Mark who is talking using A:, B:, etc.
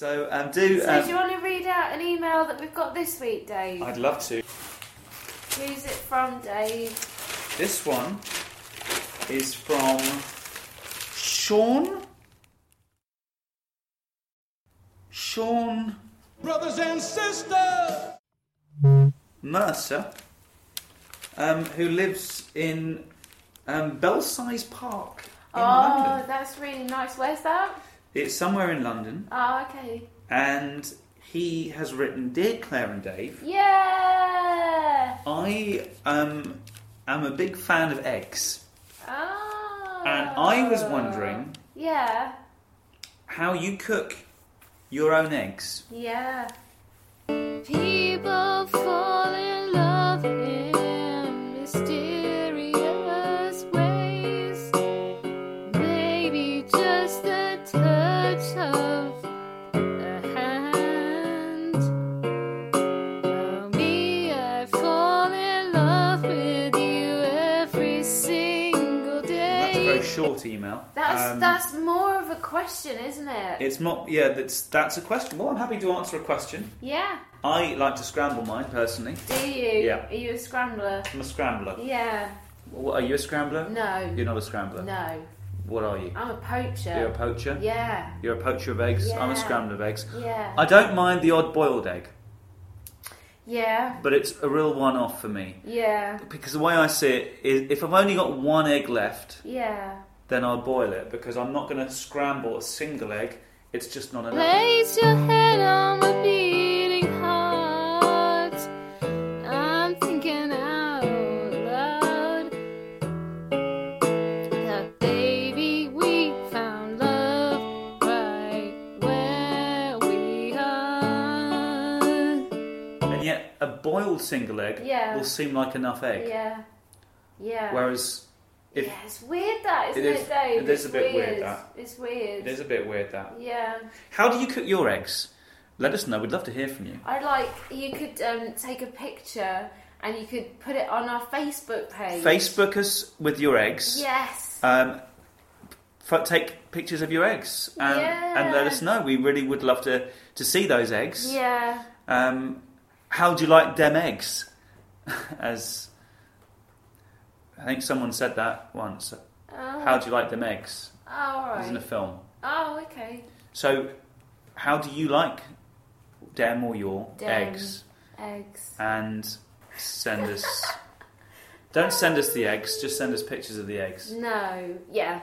A: Um, do.
B: So do
A: Um,
B: you want to read out an email that we've got this week, Dave?
A: I'd love to.
B: Who's it from, Dave?
A: This one is from Sean. Sean
C: Brothers and sisters!
A: Mercer, um, who lives in um, Belsize Park in
B: oh,
A: London.
B: that's really nice. Where's that?
A: It's somewhere in London,
B: Oh, okay.
A: and he has written, "Dear Claire and Dave,
B: Yeah.
A: I um, am a big fan of eggs,
D: Oh.
B: Ah.
A: and I was wondering
B: Yeah.
A: how you cook your own eggs."
B: Yeah.
D: People fall in love in mysterious ways. Maybe just the touch of a hand. For me, I fall in love with you every single
A: That's a
D: day.
A: very short email.
B: That's
A: Um,
B: that's more of a question, isn't it?
A: It's not. Yeah, that's that's a question. Well, I'm happy to answer a question.
B: yeah.
A: I like to scramble mine personally.
B: Do you?
A: Yeah.
B: Are you a scrambler?
A: I'm a scrambler.
B: Yeah.
A: What, are you a scrambler?
B: No.
A: You're not a scrambler.
B: No.
A: What are you?
B: I'm a poacher.
A: You're a poacher.
B: Yeah.
A: You're a poacher of eggs. I'm
B: Yeah.
A: a scrambler of eggs.
B: Yeah.
A: I don't mind the odd boiled egg,
B: yeah.
A: but it's a real one-off for me
B: Yeah.
A: because the way I see it is, if I've only got one egg left,
B: Yeah.
A: then I'll boil it because I'm not going to scramble a single egg. It's just not enough.
D: Place your head on the beating heart. I'm thinking out loud that baby we found love right where we are.
A: And yet, a boiled single egg
B: Yeah.
A: will seem like enough egg.
B: Yeah. Yeah.
A: Whereas, if
B: yeah, it's weird that, isn't
A: It
B: it,
A: is-
B: Dave?
A: it is
B: It's
A: a bit weird,
B: weird.
A: that.
B: It's weird.
A: It is a bit weird that.
B: yeah.
A: How do you cook your eggs? Let us know. We'd love to hear from you.
B: I like you could um, take a picture and you could put it on our Facebook page.
A: Facebook us with your eggs.
B: Yes.
A: Um, f- take pictures of your eggs and, and let us know. We really would love to, to see those eggs.
B: yeah.
A: Um, how do you like them eggs? As I think someone said that once.
B: Oh,
A: How do you like them eggs?
B: all
A: It was in a
B: right.
A: film.
B: Oh, okay.
A: So, how do you like them or your
B: Dem.
A: eggs?
B: Eggs.
A: and send us. Don't send us the eggs, just send us pictures of the eggs.
B: No. Yeah.